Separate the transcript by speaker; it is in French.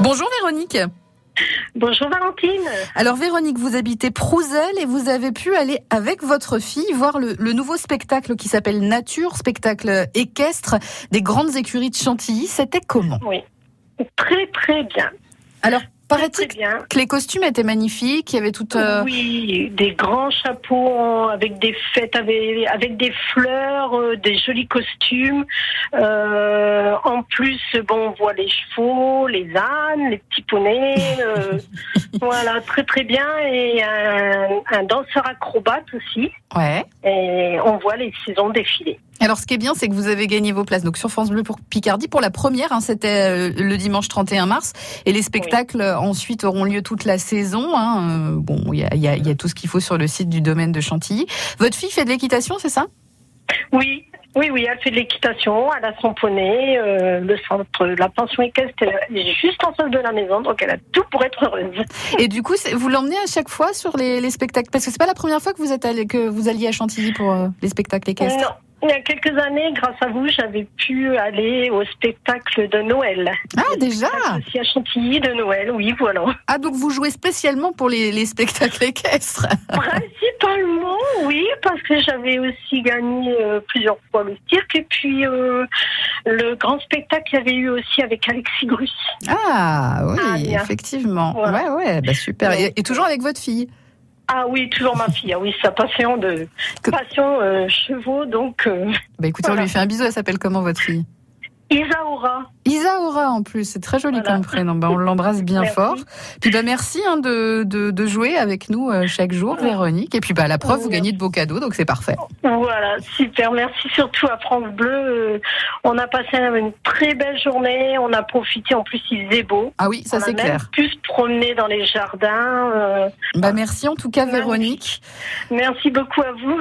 Speaker 1: Bonjour Véronique.
Speaker 2: Bonjour Valentine.
Speaker 1: Alors Véronique, vous habitez Prouzel et vous avez pu aller avec votre fille voir le, le nouveau spectacle qui s'appelle Nature, spectacle équestre des grandes écuries de Chantilly. C'était comment
Speaker 2: Oui. Très très bien.
Speaker 1: Alors
Speaker 2: Très
Speaker 1: paraît-il
Speaker 2: très bien.
Speaker 1: que les costumes étaient magnifiques, il y avait tout... euh,
Speaker 2: Oui, des grands chapeaux en- avec des fêtes, avec, avec des fleurs, euh, des jolis costumes. Euh, en plus, bon, on voit les chevaux, les ânes, les petits poneys. euh, voilà, très très bien. Et un, un danseur acrobate aussi.
Speaker 1: Ouais.
Speaker 2: Et on voit les saisons défiler.
Speaker 1: Alors ce qui est bien, c'est que vous avez gagné vos places donc sur France Bleu pour Picardie pour la première. hein, C'était euh, le dimanche 31 mars et les spectacles euh, ensuite auront lieu toute la saison. hein. Euh, Bon, il y a, il y a- il y a tout ce qu'il faut sur le site du domaine de Chantilly. Votre fille fait de l'équitation, c'est ça
Speaker 2: Oui, oui, oui, elle fait de l'équitation, elle a son poney, euh, le centre, la pension équestre est juste en face de la maison, donc elle a tout pour être heureuse.
Speaker 1: Et du coup, c'est- vous l'emmenez à chaque fois sur les, les spectacles parce que c'est pas la première fois que vous êtes allé, que vous alliez à Chantilly pour euh, les spectacles équestres.
Speaker 2: Non. Il y a quelques années, grâce à vous, j'avais pu aller au spectacle de Noël.
Speaker 1: Ah déjà
Speaker 2: Aussi à Chantilly de Noël, oui, voilà.
Speaker 1: Ah donc vous jouez spécialement pour les, les spectacles équestres.
Speaker 2: Principalement, oui, parce que j'avais aussi gagné euh, plusieurs fois le cirque. Et puis, euh, le grand spectacle qu'il y avait eu aussi avec Alexis Grus.
Speaker 1: Ah oui,
Speaker 2: Ah, bien.
Speaker 1: effectivement. Ouais
Speaker 2: Voilà.
Speaker 1: ouais, bah super. Et- et toujours avec votre fille.
Speaker 2: Ah oui, toujours ma fille. Ah oui, sa passion de
Speaker 1: Que-
Speaker 2: passion euh, chevaux, donc euh,
Speaker 1: Bah écoutez, on
Speaker 2: Voilà.
Speaker 1: lui fait un bisou. Elle s'appelle comment votre fille
Speaker 2: Isaura.
Speaker 1: Isaura en plus, c'est très joli
Speaker 2: Voilà.
Speaker 1: comme prénom. Bah, on l'embrasse bien
Speaker 2: Merci.
Speaker 1: fort. Puis bah merci hein, de, de, de jouer avec nous euh, chaque jour,
Speaker 2: Oui.
Speaker 1: Véronique. Et puis bah à la preuve,
Speaker 2: Oui,
Speaker 1: vous gagnez de beaux cadeaux, donc c'est parfait.
Speaker 2: Voilà, super. Merci surtout à France Bleu. Euh, On a passé une très belle journée. On a profité. En plus, il faisait beau.
Speaker 1: Ah oui, ça
Speaker 2: on a
Speaker 1: c'est
Speaker 2: même
Speaker 1: clair.
Speaker 2: pu se promener dans les jardins. Euh,
Speaker 1: Bah merci en tout cas,
Speaker 2: Magnifique.
Speaker 1: Véronique.
Speaker 2: merci beaucoup à vous.